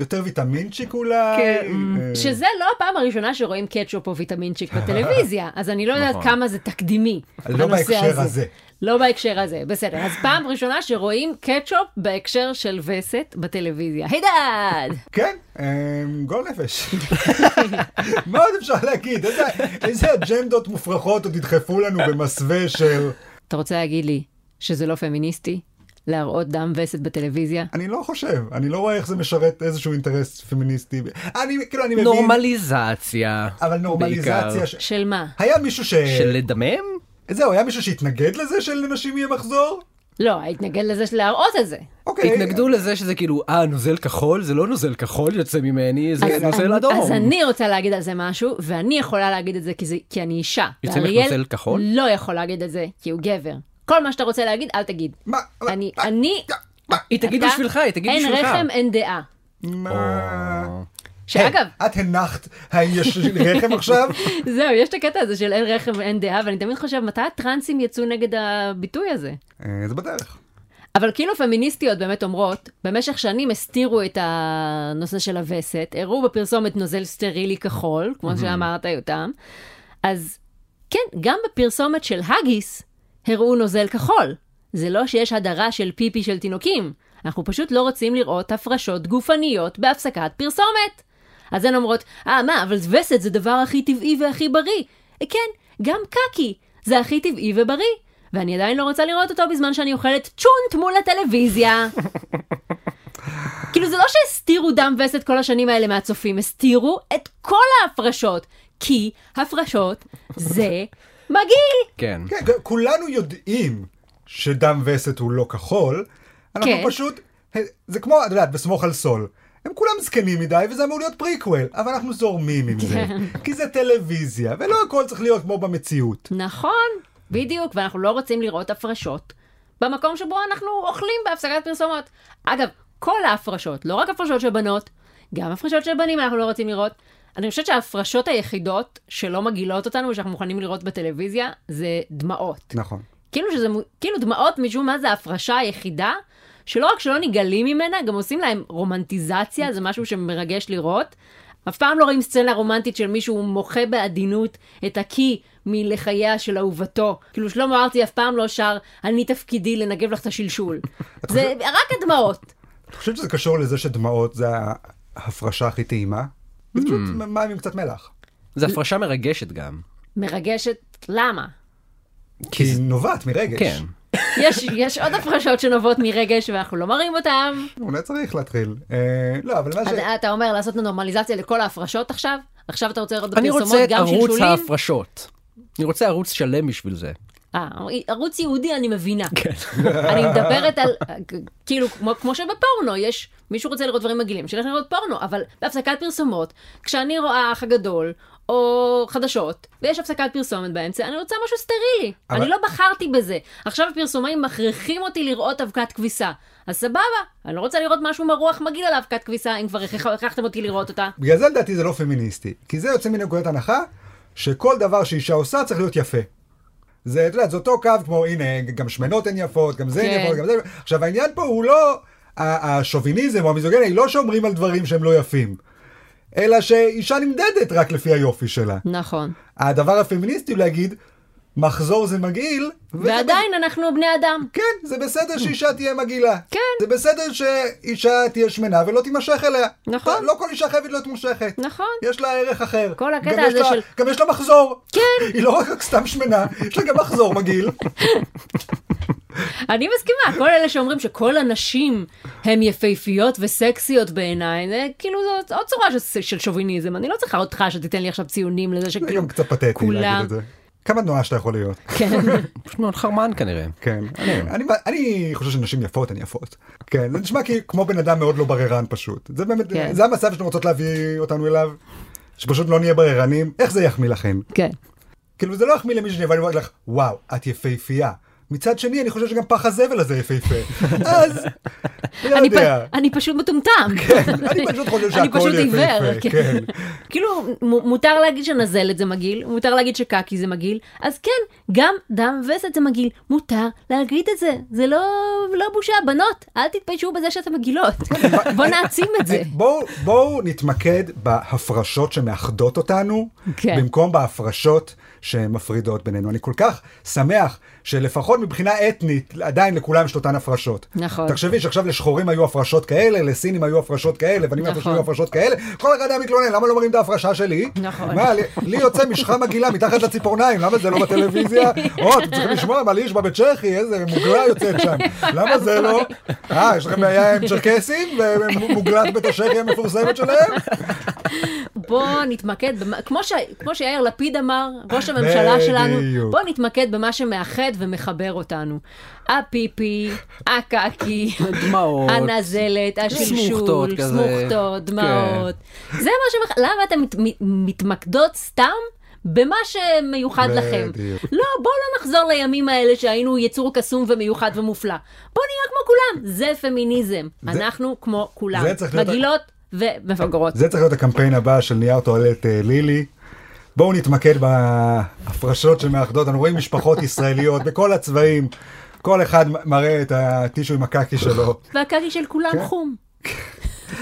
יותר ויטמינצ'יק אולי. כן. Mm. אה, שזה לא הפעם הראשונה שרואים קטשופ או ויטמינצ'יק בטלוויזיה, אז <laughs> אני לא יודעת נכון. כמה זה תקדימי, לא הנושא בהקשר הזה. לא בהקשר הזה, בסדר. אז פעם ראשונה שרואים קטשופ בהקשר של וסת בטלוויזיה. הידד! כן, אה, גול <laughs> נפש. מה עוד אפשר להגיד? איזה- איזה אג'נדות מופרכות עוד ידחפו לנו במסווה של... אתה רוצה להגיד לי שזה לא פמיניסטי? להראות דם וסת בטלוויזיה? אני לא חושב, אני לא רואה איך זה משרת איזשהו אינטרס פמיניסטי. אני, כאילו, אני מבין... נורמליזציה. אבל נורמליזציה... בעיקר. ש... של מה? היה מישהו ש... של לדמם? זהו, היה מישהו שהתנגד לזה שלנשים יהיה מחזור? לא, התנגד לזה של להראות את זה. אוקיי. התנגדו לזה שזה כאילו, אה, נוזל כחול? זה לא נוזל כחול יוצא ממני, כן, זה נוזל אני- אדום. אז אני רוצה להגיד על זה משהו, ואני יכולה להגיד את זה כי, זה, כי אני אישה. יוצא ממך ואריאל נוזל כחול? לא יכול להגיד את זה, כי הוא גבר. כל מה שאתה רוצה להגיד, אל תגיד. מה? מה? אני, אני, היא אה, תגיד אתה- בשבילך, היא תגיד אין בשבילך. כן. רחם, אין דעה. מה? שאגב, <laughs> היי, את הנחת, האם יש רחם <laughs> עכשיו? זהו, יש את הקטע הזה של אין רחם ואין דעה, ואני תמיד חושב, מתי הטרנסים יצאו נגד הביטוי הזה? אה, זה בדרך. אבל כאילו פמיניסטיות באמת אומרות, במשך שנים הסתירו את הנושא של הווסת, הראו בפרסומת נוזל סטרילי כחול, כמו שאמרת יותם, אז כן, גם בפרסומת של הגיס הראו נוזל כחול. זה לא שיש הדרה של פיפי של תינוקים, אנחנו פשוט לא רוצים לראות הפרשות גופניות בהפסקת פרסומת. אז הן אומרות, אה, מה, אבל וסת זה דבר הכי טבעי והכי בריא. "אה, כן, גם קקי, זה הכי טבעי ובריא. ואני עדיין לא רוצה לראות אותו בזמן שאני אוכלת צ'ונט מול הטלוויזיה. כאילו זה לא שהסתירו דם וסת כל השנים האלה מהצופים, הסתירו את כל ההפרשות, כי הפרשות זה מגעיל. כן. כן, כ- כולנו יודעים שדם וסת הוא לא כחול, אנחנו כן. פשוט, אה, זה כמו, את יודעת, בסמוך על סול. הם כולם זקנים מדי, וזה אמור להיות פריקוול, אבל אנחנו זורמים עם זה. כן. כי זה טלוויזיה, ולא הכל צריך להיות כמו במציאות. נכון, בדיוק, ואנחנו לא רוצים לראות הפרשות במקום שבו אנחנו אוכלים בהפסקת פרסומות. אגב, כל ההפרשות, לא רק הפרשות של בנות, גם הפרשות של בנים אנחנו לא רוצים לראות. אני חושבת שההפרשות היחידות שלא מגעילות אותנו ושאנחנו מוכנים לראות בטלוויזיה זה דמעות. נכון. כאילו, שזה, מו- כאילו דמעות משום מה זה ההפרשה היחידה, שלא רק שלא נגעלים ממנה, גם עושים להם רומנטיזציה, זה משהו שמרגש לראות. אף פעם לא רואים סצנה רומנטית של מישהו מוחה בעדינות את הקיא מלחייה של אהובתו. כאילו שלמה ארצי אף פעם לא שר, אני תפקידי לנגב לך את השלשול. <laughs> זה רק הדמעות. את חושבת שזה קשור לזה שדמעות זה ההפרשה הכי טעימה? זה פשוט מים עם קצת מלח. זו הפרשה מרגשת גם. מרגשת, למה? כי היא נובעת מרגש. כן. יש, יש עוד הפרשות שנובעות מרגש ואנחנו לא מראים אותן. אולי צריך להתחיל. אה, לא, אבל מה ש... אז אתה אומר לעשות נורמליזציה לכל ההפרשות עכשיו? עכשיו אתה רוצה לראות אני בפרסומות רוצה את גם ערוץ שלשולים? ההפרשות. אני רוצה ערוץ שלם בשביל זה. אה, ערוץ יהודי אני מבינה. אני מדברת על, כאילו, כמו, כמו שבפורנו, יש, מישהו רוצה לראות דברים מגעילים, שילך לראות פורנו, אבל בהפסקת פרסומות, כשאני רואה אח הגדול, או חדשות, ויש הפסקת פרסומת באמצע, אני רוצה משהו סטרילי. אבל- אבל... אני לא בחרתי בזה. עכשיו הפרסומאים מכריחים אותי לראות אבקת כביסה. אז סבבה, אני לא רוצה לראות משהו מרוח מגעיל על אבקת כביסה, אם כבר הכרח- הכרחתם אותי לראות אותה. בגלל זה לדעתי זה לא פמיניסטי, כי זה יוצא מנקודת הנחה שכל דבר שאישה עושה צריך להיות יפה. זה, את יודעת, זה אותו קו כמו, הנה, גם שמנות הן יפות, גם זה הן כן. יפות, גם זה... עכשיו, העניין פה הוא לא ה- השוביניזם או המיזוגניה, היא לא שאומרים על דברים שהם לא יפים, אלא שאישה נמדדת רק לפי היופי שלה. נכון. הדבר הפמיניסטי הוא להגיד, מחזור זה מגעיל, וזה ועדיין אנחנו בני אדם. כן, זה בסדר שאישה תהיה מגעילה. כן. זה בסדר שאישה תהיה שמנה ולא תימשך אליה. נכון. לא כל אישה חייבת להיות מושכת. נכון. יש לה ערך אחר. כל הקטע גם יש הזה לה, של- גם יש לה מחזור. כן. היא לא רק סתם שמנה, יש לה גם מחזור <laughs> מגעיל. אני מסכימה, כל אלה שאומרים שכל הנשים הן יפהפיות וסקסיות בעיניי, זה כאילו זאת עוד צורה של, של שוביניזם, אני לא צריכה אותך שתיתן לי עכשיו ציונים לזה זה שכאילו גם קצת פתטי להגיד כולם. את זה. כמה נואש אתה יכול להיות. <laughs> כן, פשוט מאוד חרמן כנראה. <laughs> כן. אני, אני, אני חושב שנשים יפות הן יפות. כן, זה נשמע כי, כמו בן אדם מאוד לא בררן פשוט. זה באמת, כן. זה המצב שאתם רוצות להביא אותנו אליו. שפשוט לא נהיה בררנים, איך זה יחמיא לכם? כן. כאילו זה לא יחמיא למישהו שיבוא ויגיד לך, וואו, את יפהפייה. מצד שני, אני חושב שגם פח הזבל הזה יפהפה. <laughs> אז, לא אני, פ... יודע. אני פשוט מטומטם. אני פשוט חושב <laughs> אני שהכל פשוט עיוור, יפהפה, כן. כאילו, מ- מותר להגיד שנזלת זה מגעיל, מותר להגיד שקקי זה מגעיל, אז כן, גם דם וסת זה מגעיל, מותר להגיד את זה, זה לא, לא בושה, בנות, אל תתביישו בזה שאתן <laughs> מגעילות, בוא נעצים את זה. כן. בואו בואו נתמקד בהפרשות שמאחדות אותנו, כן. במקום בהפרשות שמפרידות בינינו. אני כל כך שמח שלפחות מבחינה אתנית, עדיין לכולם יש את אותן הפרשות. נכון. תחשבי שעכשיו לשחורים היו הפרשות כאלה, לסינים היו הפרשות כאלה, ואני מהפרשים נכון. היו הפרשות כאלה, כל אחד היה מתלונן, למה לא מראים את ההפרשה שלי? נכון. מה, לי- לי יוצא משחה מגעילה מתחת לציפורניים, למה זה לא <laughs> בטלוויזיה? או, אתם צריכים לשמוע על איש בבית צ'כי, איזה מוגלה יוצאת שם. למה זה לא? אה, יש לכם בעיה עם צ'רקסים ומוגלת בית השקי המפורסמת שלהם? בוא נתמקד, במה, כמו, ש, כמו שיאיר לפיד אמר, ראש הממשלה שלנו, בדיוק. בוא נתמקד במה שמאחד ומחבר אותנו. הפיפי, הקקי, דמעות. הנזלת, סמוכתות השלשול, כזה. כן. סמוכתות, דמעות. זה מה שמח... למה אתם מת, מת- מתמקדות סתם? במה שמיוחד לכם. בדיוק. לא, בואו לא נחזור לימים האלה שהיינו יצור קסום ומיוחד ומופלא. בואו נהיה כמו כולם, זה פמיניזם. אנחנו כמו כולם. זה צריך להיות- מגעילות ומפגרות. זה צריך להיות הקמפיין הבא של נייר טואלט אה, לילי. בואו נתמקד בהפרשות שמאחדות, אנחנו רואים משפחות ישראליות בכל הצבעים, כל אחד מ- מראה את הטישו עם הקקי שלו. והקקי של כולם כן. חום.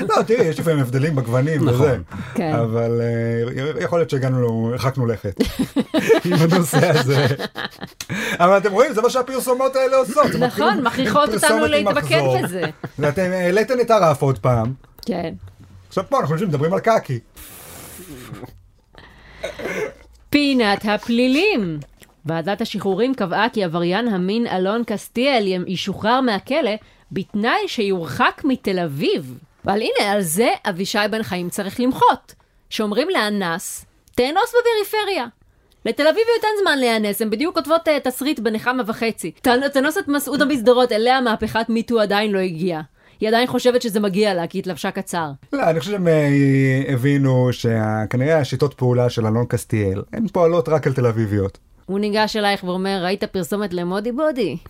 לא, תראי, יש לפעמים הבדלים בגוונים וזה. כן. אבל אה, יכול להיות שהגענו, לו- הרחקנו לכת עם הנושא הזה. אבל אתם רואים, זה מה שהפרסומת האלה עושות. זה נכון, מתחיל מכריחות אותנו פרסומת עם להתמקד מחזור. <laughs> בזה. ואתם העליתם את הרף עוד פעם. כן. עכשיו פה אנחנו יושבים, מדברים על קקי. פינת הפלילים. ועדת השחרורים קבעה כי עבריין המין אלון קסטיאל י- ישוחרר מהכלא בתנאי שיורחק מתל אביב. אבל הנה, על זה אבישי בן חיים צריך למחות. שאומרים לאנס, תאנוס בפריפריה. לתל אביב יותר זמן להיאנס, הן בדיוק כותבות אה, תסריט בנחמה וחצי. "תאנ- תאנוס את מסעודה בשדרות, אליה מהפכת מיטו עדיין לא הגיעה. היא עדיין חושבת שזה מגיע לה, כי היא התלבשה קצר. לא, אני חושב שהם אה, הבינו שכנראה השיטות פעולה של אלון קסטיאל, הן פועלות רק על תל אביביות. הוא ניגש אלייך ואומר, ראית פרסומת למודי בודי? <laughs>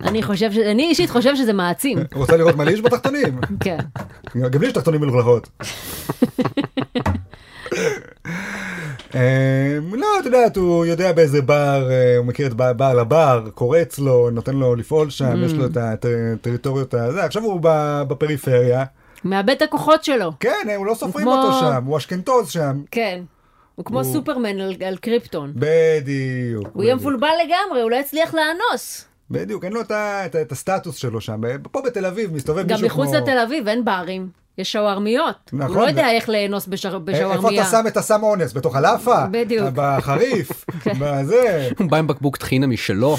אני חושב ש... אני אישית חושב שזה <laughs> מעצים. רוצה לראות מה לי יש בתחתונים? <laughs> כן. גם לי יש תחתונים מלוכלכות. אמ, לא, את יודעת, הוא יודע באיזה בר, אה, הוא מכיר את בע- בעל הבר, קורץ לו, נותן לו לפעול שם, יש לו את הטריטוריות, הזה. עכשיו הוא ב- בפריפריה, מאבד את הכוחות שלו. כן, אה, הוא לא סופרים כמו- אותו שם, הוא אשכנתוז שם. כן. הוא כמו סופרמן על, על קריפטון. בדיוק. הוא יהיה בדיוק. מפולבל לגמרי, הוא לא יצליח לאנוס. בדיוק, אין לו את ה- את ה- את הסטטוס שלו שם. פה בתל אביב מסתובב גם מישהו כמו... מחוץ לתל אביב אין ברים, יש שווארמיות. נכון, הוא לא יודע ו- איך לאנוס בשר- אה, איפה בשווארמיה. אתה שם את הסם אונס? בתוך הלאפה? בדיוק. <laughs> כן. בחריף? בזה? הוא בא עם בקבוק טחינה משלו.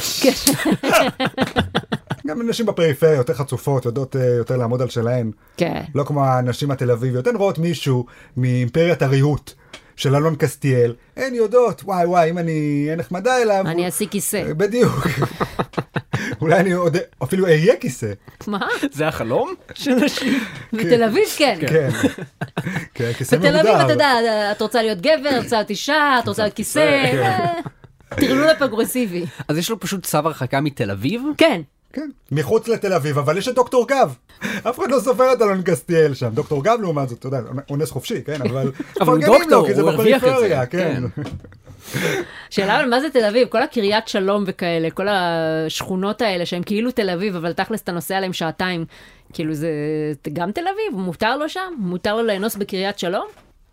גם נשים בפריפריה יותר חצופות, יודעות אה, יותר לעמוד על שלהן. כן. לא כמו הנשים התל אביביות. הן רואות מישהו מאימפריית הריהוט של אלון קסטיאל, הן יודעות, וואי וואי, אם אני אהיה נחמדה אליו... <laughs> אני אעסיק כיסא. בדיוק. אולי אני עוד אפילו אהיה כיסא. <laughs> מה? זה החלום? <laughs> בתל אביב כן. כן. כן, כיסא בתל מוגדר. אביב אתה יודע, את רוצה להיות גבר, את רוצה להיות אישה, <laughs> את רוצה להיות כיסא. <laughs> טרלול הפרוגרסיבי. אז יש לו פשוט צו הרחקה מתל אביב? כן. כן, מחוץ לתל אביב, אבל יש את דוקטור גב. אף אחד לא סופר את אלון קסטיאל שם. דוקטור גב לעומת זאת, אתה יודע, אונס חופשי, כן, אבל... הוא מפרגנים לו, דוקטור, כי זה הוא הרוויח את זה, בפריפריה, כן. <laughs> שאלה אבל מה זה תל אביב? כל הקריית שלום וכאלה, כל השכונות האלה שהן כאילו תל אביב, אבל תכלס אתה נוסע עליהם שעתיים. כאילו זה גם תל אביב, מותר לו שם? מותר לו לאנוס בקריית שלום?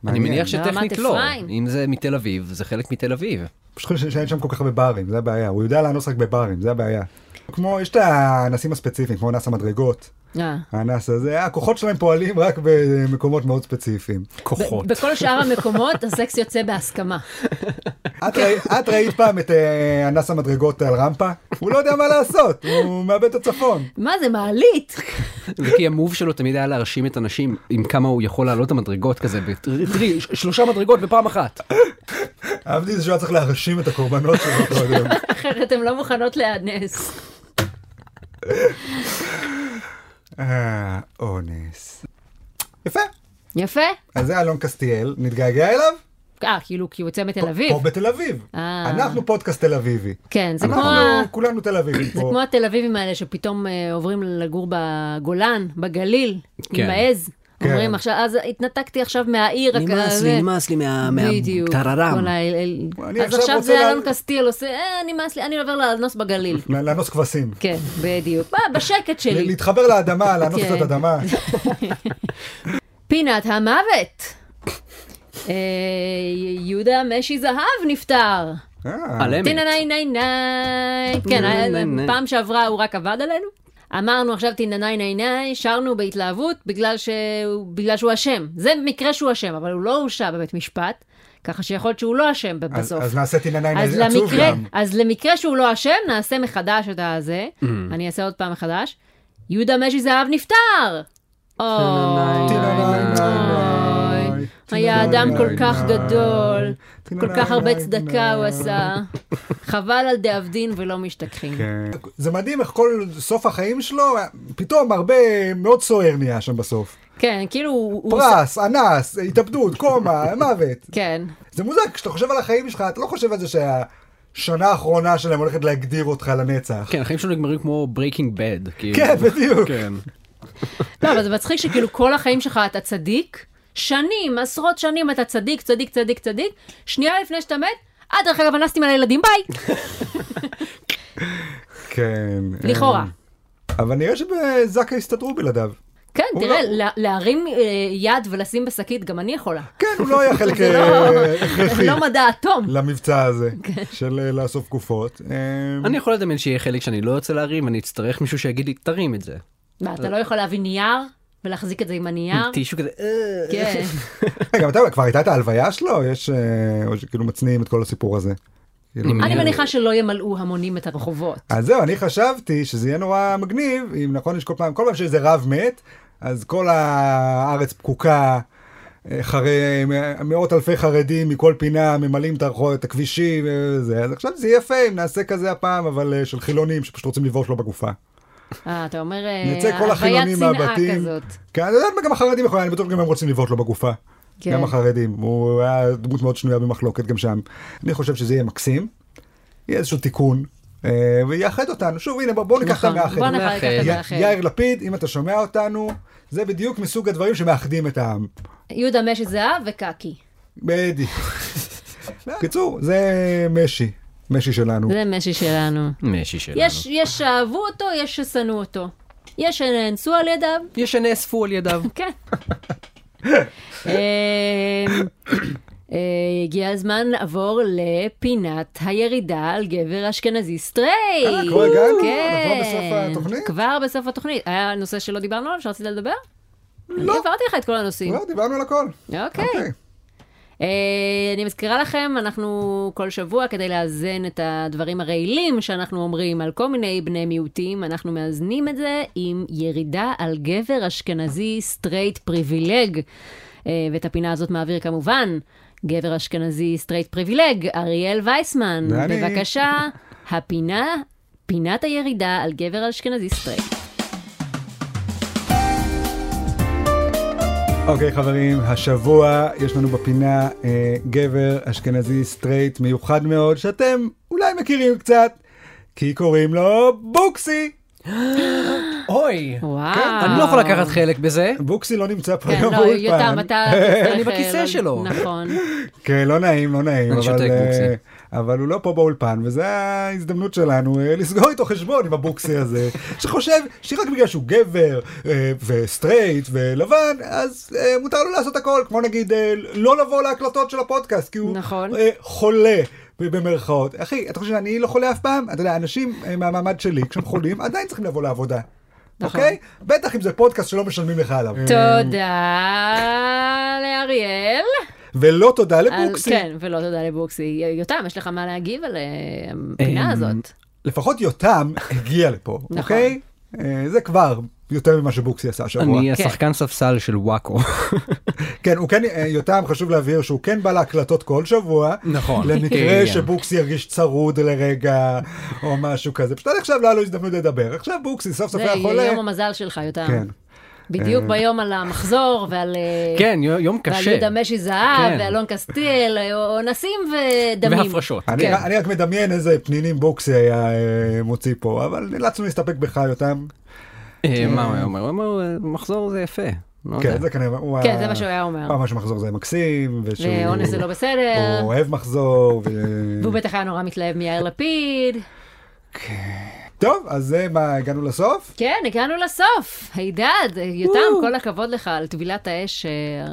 אני מעניין. מניח ברמת שטכנית לא. אפרים. אם זה מתל אביב, זה חלק מתל אביב. פשוט חושב שאין שם כל כך הרבה ברים, זה הבעיה. הוא יודע לאנוס רק בברים, זה הבעיה. כמו, יש את האנסים הספציפיים, כמו אנס המדרגות. אה. האנס הזה, הכוחות שלהם פועלים רק במקומות מאוד ספציפיים. כוחות. בכל שאר המקומות הסקס יוצא בהסכמה. את ראי- את ראית פעם את אה, אנס המדרגות על רמפה? הוא לא יודע מה לעשות, הוא מאבד את הצפון. מה זה מעלית? זה כי המוב שלו תמיד היה להרשים את הנשים עם כמה הוא יכול לעלות את המדרגות כזה, ב- תראי, ש- שלושה מדרגות בפעם אחת. אהבתי את זה שהוא היה צריך להרשים את הקורבנות שלו קודם. אחרת הן לא מוכנות להיאנס. אה, אונס. יפה, יפה. אז זה אלון קסטיאל, נתגעגע אליו? אה, כאילו, כי הוא יוצא מתל אביב. פה בתל אביב. אה. אנחנו פודקאסט תל אביבי. כן, זה כמו... ה- אנחנו כולנו תל אביבים זה פה. כמו התל אביבים האלה שפתאום אה, עוברים לגור בגולן, בגליל, כן. עם העז. כן. אומרים עכשיו, אז התנתקתי עכשיו מהעיר. רק- נמאס זה- לי, נמאס לי מה- בדיוק. מהטררם. כל האל- אל- אני אז עכשיו עכשיו רוצה זה לה- אלון קסטיאל עושה, אה, נמאס לי, אני עובר לאנוס <laughs> בגליל. ל- לאנוס כבשים. כן, בדיוק. מה, בשקט ל- שלי. להתחבר לאדמה, לאנוס כן. קצת אדמה. <laughs> פינת המוות. אה, יהודה משי זהב נפטר. אה, על אמת. טיננאי ניי ניי. כן, ניי, היה- ניי, ניי. פעם שעברה הוא רק עבד עלינו. אמרנו עכשיו טיננאי ניי ניי, שרנו בהתלהבות בגלל שהוא, בגלל שהוא אשם. זה מקרה שהוא אשם, אבל הוא לא הורשע בבית משפט, ככה שיכול להיות שהוא לא אשם ב- אז בסוף. אז נעשה תינניים אז עצוב למקרה, גם. אז למקרה שהוא לא אשם, נעשה מחדש את הזה. Mm. אני אעשה עוד פעם מחדש. יהודה משי זהב נפטר! אוי, טינניים, אוי. היה טינניים, אדם כל כך טינניים. גדול, כל טינניים, כך הרבה טינניים. צדקה הוא עשה. חבל על דאבדין ולא משתכחים. כן. זה מדהים איך כל סוף החיים שלו, פתאום הרבה מאוד סוער נהיה שם בסוף. כן, כאילו הוא... הוא עושה- פרס, אנס, התאבדות, קומה, <laughs> מוות. כן. זה מוזר, כשאתה חושב על החיים שלך, אתה לא חושב על זה שהשנה האחרונה שלהם הולכת להגדיר אותך <laughs> לנצח. כן, החיים שלו נגמרים כמו ברייקינג בד. כן, בדיוק. כן. לא, אבל זה מצחיק שכאילו כל החיים שלך אתה צדיק, שנים, עשרות שנים אתה צדיק, צדיק, צדיק, צדיק, שנייה לפני שאתה מת, אה, דרך אגב, אנסתי מלא ילדים, <laughs> ביי! כן. לכאורה. אה, אבל נראה שבזקה הסתדרו בלעדיו. כן, הוא תראה, לא- לה- להרים אה, יד ולשים בשקית, גם אני יכולה. כן, הוא לא היה חלק זה לא- אה, <laughs> הכרחי <laughs> לא מדע אטום. למבצע הזה של אה, לאסוף גופות. אה, אני יכול לדמיין שיהיה חלק שאני לא רוצה להרים, אני אצטרך מישהו שיגיד לי, תרים את זה. מה, אתה לא יכול להביא נייר ולהחזיק את זה עם הנייר? טישו כזה, "אה." <laughs> כן. רגע, אתה כבר הייתה את ההלוויה שלו? יש, אה, או שכאילו מצניעים את כל הסיפור הזה. כאילו- אני מניחה שלא ימלאו המונים את הרחובות. אז זהו, אני חשבתי שזה יהיה נורא מגניב, אם נכון יש כל פעם, כל פעם שאיזה רב מת, אז כל הארץ פקוקה, אה, חרי, מאות אלפי חרדים מכל פינה ממלאים את הרחוב, את הכבישים, אה, זה. אז עכשיו זה יהיה יפה אם נעשה כזה הפעם, אבל אה, של חילונים שפשוט רוצים לבוש לו בגופה. אה, אתה אומר, נצא כל אה, הוויית החילונים שנאה מהבתים. כזאת. כן, אני יודעת מה גם החרדים יכולים, אני בטוח שגם הם רוצים לבעוט לו בגופה. כן. גם החרדים, הוא היה דמות מאוד שנויה במחלוקת גם שם. אני חושב שזה יהיה מקסים, יהיה איזשהו תיקון, אה, ויאחד אותנו. שוב, הנה, בוא- בואו ניקח את נכון, המאחד. בוא ניקח את מאחד. המאחד. י- יאיר לפיד, אם אתה שומע אותנו, זה בדיוק מסוג הדברים שמאחדים את העם. יהודה משי זהב וקקי. <laughs> בדיוק. קיצור, זה משי, משי שלנו. זה משי שלנו. משי שלנו. יש יש שאהבו אותו, יש ששנאו אותו. יש שנאנסו על ידיו, יש שנאספו על <laughs> ידיו. <laughs> כן. אמ, אה, הגיע הזמן לעבור לפינת הירידה על גבר אשכנזי סטרייט. אה, כבר הגענו? כן. אנחנו כבר בסוף התוכנית? כבר בסוף התוכנית. היה נושא שלא דיברנו עליו, שרצית לדבר? אני העברתי לך את כל הנושאים. לא, דיברנו על הכל. אוקיי. אה, אני מזכירה לכם, אנחנו כל שבוע, כדי לאזן את הדברים הרעילים שאנחנו אומרים על כל מיני בני מיעוטים, אנחנו מאזנים את זה עם ירידה על גבר אשכנזי סטרייט פריבילג. אה, ואת הפינה הזאת מעביר כמובן גבר אשכנזי סטרייט פריבילג, אריאל וייסמן. ואני. בבקשה, הפינה פינת הירידה על גבר אשכנזי סטרייט. אוקיי חברים, השבוע יש לנו בפינה אה, גבר אשכנזי סטרייט מיוחד מאוד, שאתם אולי מכירים קצת, כי קוראים לו בוקסי. אוי! וואו. כן, אני לא יכול לקחת חלק בזה. בוקסי לא נצא פה כן, היום לא, יותם, אתה... תצטרך, אני בכיסא אה, שלו. נכון. כן, לא נעים, לא נעים, אני אבל, שותק, אה, בוקסי. אבל הוא לא פה באולפן, וזו ההזדמנות שלנו אה, לסגור איתו חשבון עם הבוקסי הזה, שחושב שרק בגלל שהוא גבר אה, וסטרייט ולבן, אז אה, מותר לו לעשות הכל, כמו נגיד אה, לא לבוא להקלטות של הפודקאסט, כי הוא נכון. אה, חולה. במרכאות. אחי, אתה חושב שאני לא חולה אף פעם? אתה יודע, אנשים אה, מהמעמד שלי, כשהם חולים, עדיין צריכים לבוא לעבודה. נכון. אוקיי? בטח אם זה פודקאסט שלא משלמים לך עליו. תודה לאריאל. ולא תודה על- לבוקסי. כן, ולא תודה לבוקסי. יותם, יש לך מה להגיב על אה, הפינה אמ, הזאת? לפחות יותם הגיע לפה, נכון. אוקיי? אה, זה כבר יותר ממה שבוקסי עשה השבוע. אני כן. השחקן ספסל של <laughs> וואקו. כן, הוא כן, אה, יותם חשוב להבהיר שהוא כן בא להקלטות כל שבוע. נכון. כן. למקרה שבוקסי ירגיש צרוד לרגע או משהו כזה. פשוט עד עכשיו לא היה לו הזדמנות לדבר. עכשיו בוקסי סוף סוף זה היה חולה. יום המזל שלך, יותם. כן. בדיוק אה. ביום על המחזור ועל... אה, אמ, כן, יו- יום ועל קשה. יהודה משי זהב, כן. ואלון קסטיאל, או- אונסים ודמים. והפרשות. אני, כן. אני רק מדמיין איזה פנינים בוקסי היה אה, מוציא פה, אבל נאלצנו להסתפק בך יותם. אה, מה הוא היה אומר? הוא אמר, "אה, מחזור זה יפה. לא כן, יודע. זה כנראה, הוא כן, זה מה שהוא היה אומר. הוא אמר שמחזור זה מקסים, ושהוא ואונס זה לא בסדר, הוא אוהב מחזור. ו- והוא בטח היה נורא מתלהב מיאיר לפיד. טוב, אז זה מה, הגענו לסוף? כן, הגענו לסוף. הידד, יותם, כל הכבוד לך על טבילת האש אה,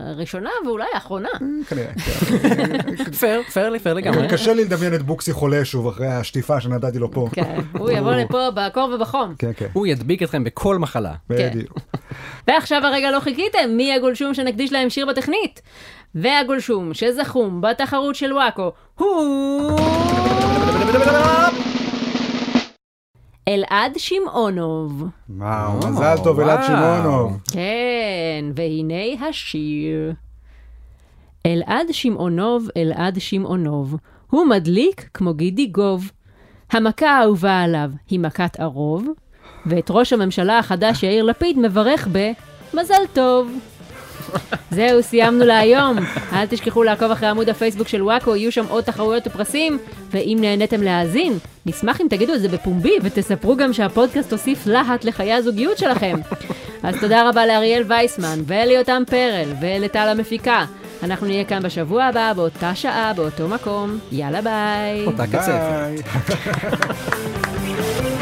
הראשונה ואולי <laughs> האחרונה. <laughs> כנראה. כן. פייר, פייר לי, פייר לגמרי. קשה לי לדמיין את בוקסי חולה שוב אחרי השטיפה שנתתי לו פה. כן, הוא יבוא לפה בקור ובחום. כן, כן. הוא ידביק אתכם בכל <laughs> מחלה. כן. בדיוק. ועכשיו הרגע לא חיכיתם, מי הגולשום שנקדיש להם שיר בתכנית? והגולשום שזכום בתחרות של וואקו הוא... אלעד שמעונוב. אה, וואו, וואו, מזל טוב, אלעד וואו. שמעונוב. כן, והנה השיר. אלעד שמעונוב, אלעד שמעונוב, הוא מדליק כמו גידי גוב. המכה האהובה עליו היא מכת ערוב, ואת ראש הממשלה החדש יאיר לפיד מברך ב... מזל טוב. זהו, סיימנו להיום. אל תשכחו לעקוב אחרי עמוד הפייסבוק של וואקו, יהיו שם עוד תחרויות ופרסים, ואם נהניתם להאזין, נשמח אם תגידו את זה בפומבי, ותספרו גם שהפודקאסט הוסיף להט לחיי הזוגיות שלכם. אז תודה רבה לאריאל וייסמן, וליותם פרל, ולטל המפיקה. אנחנו נהיה כאן בשבוע הבא, באותה אה. שעה, באותו מקום. יאללה ביי. אותה קצפת. ביי.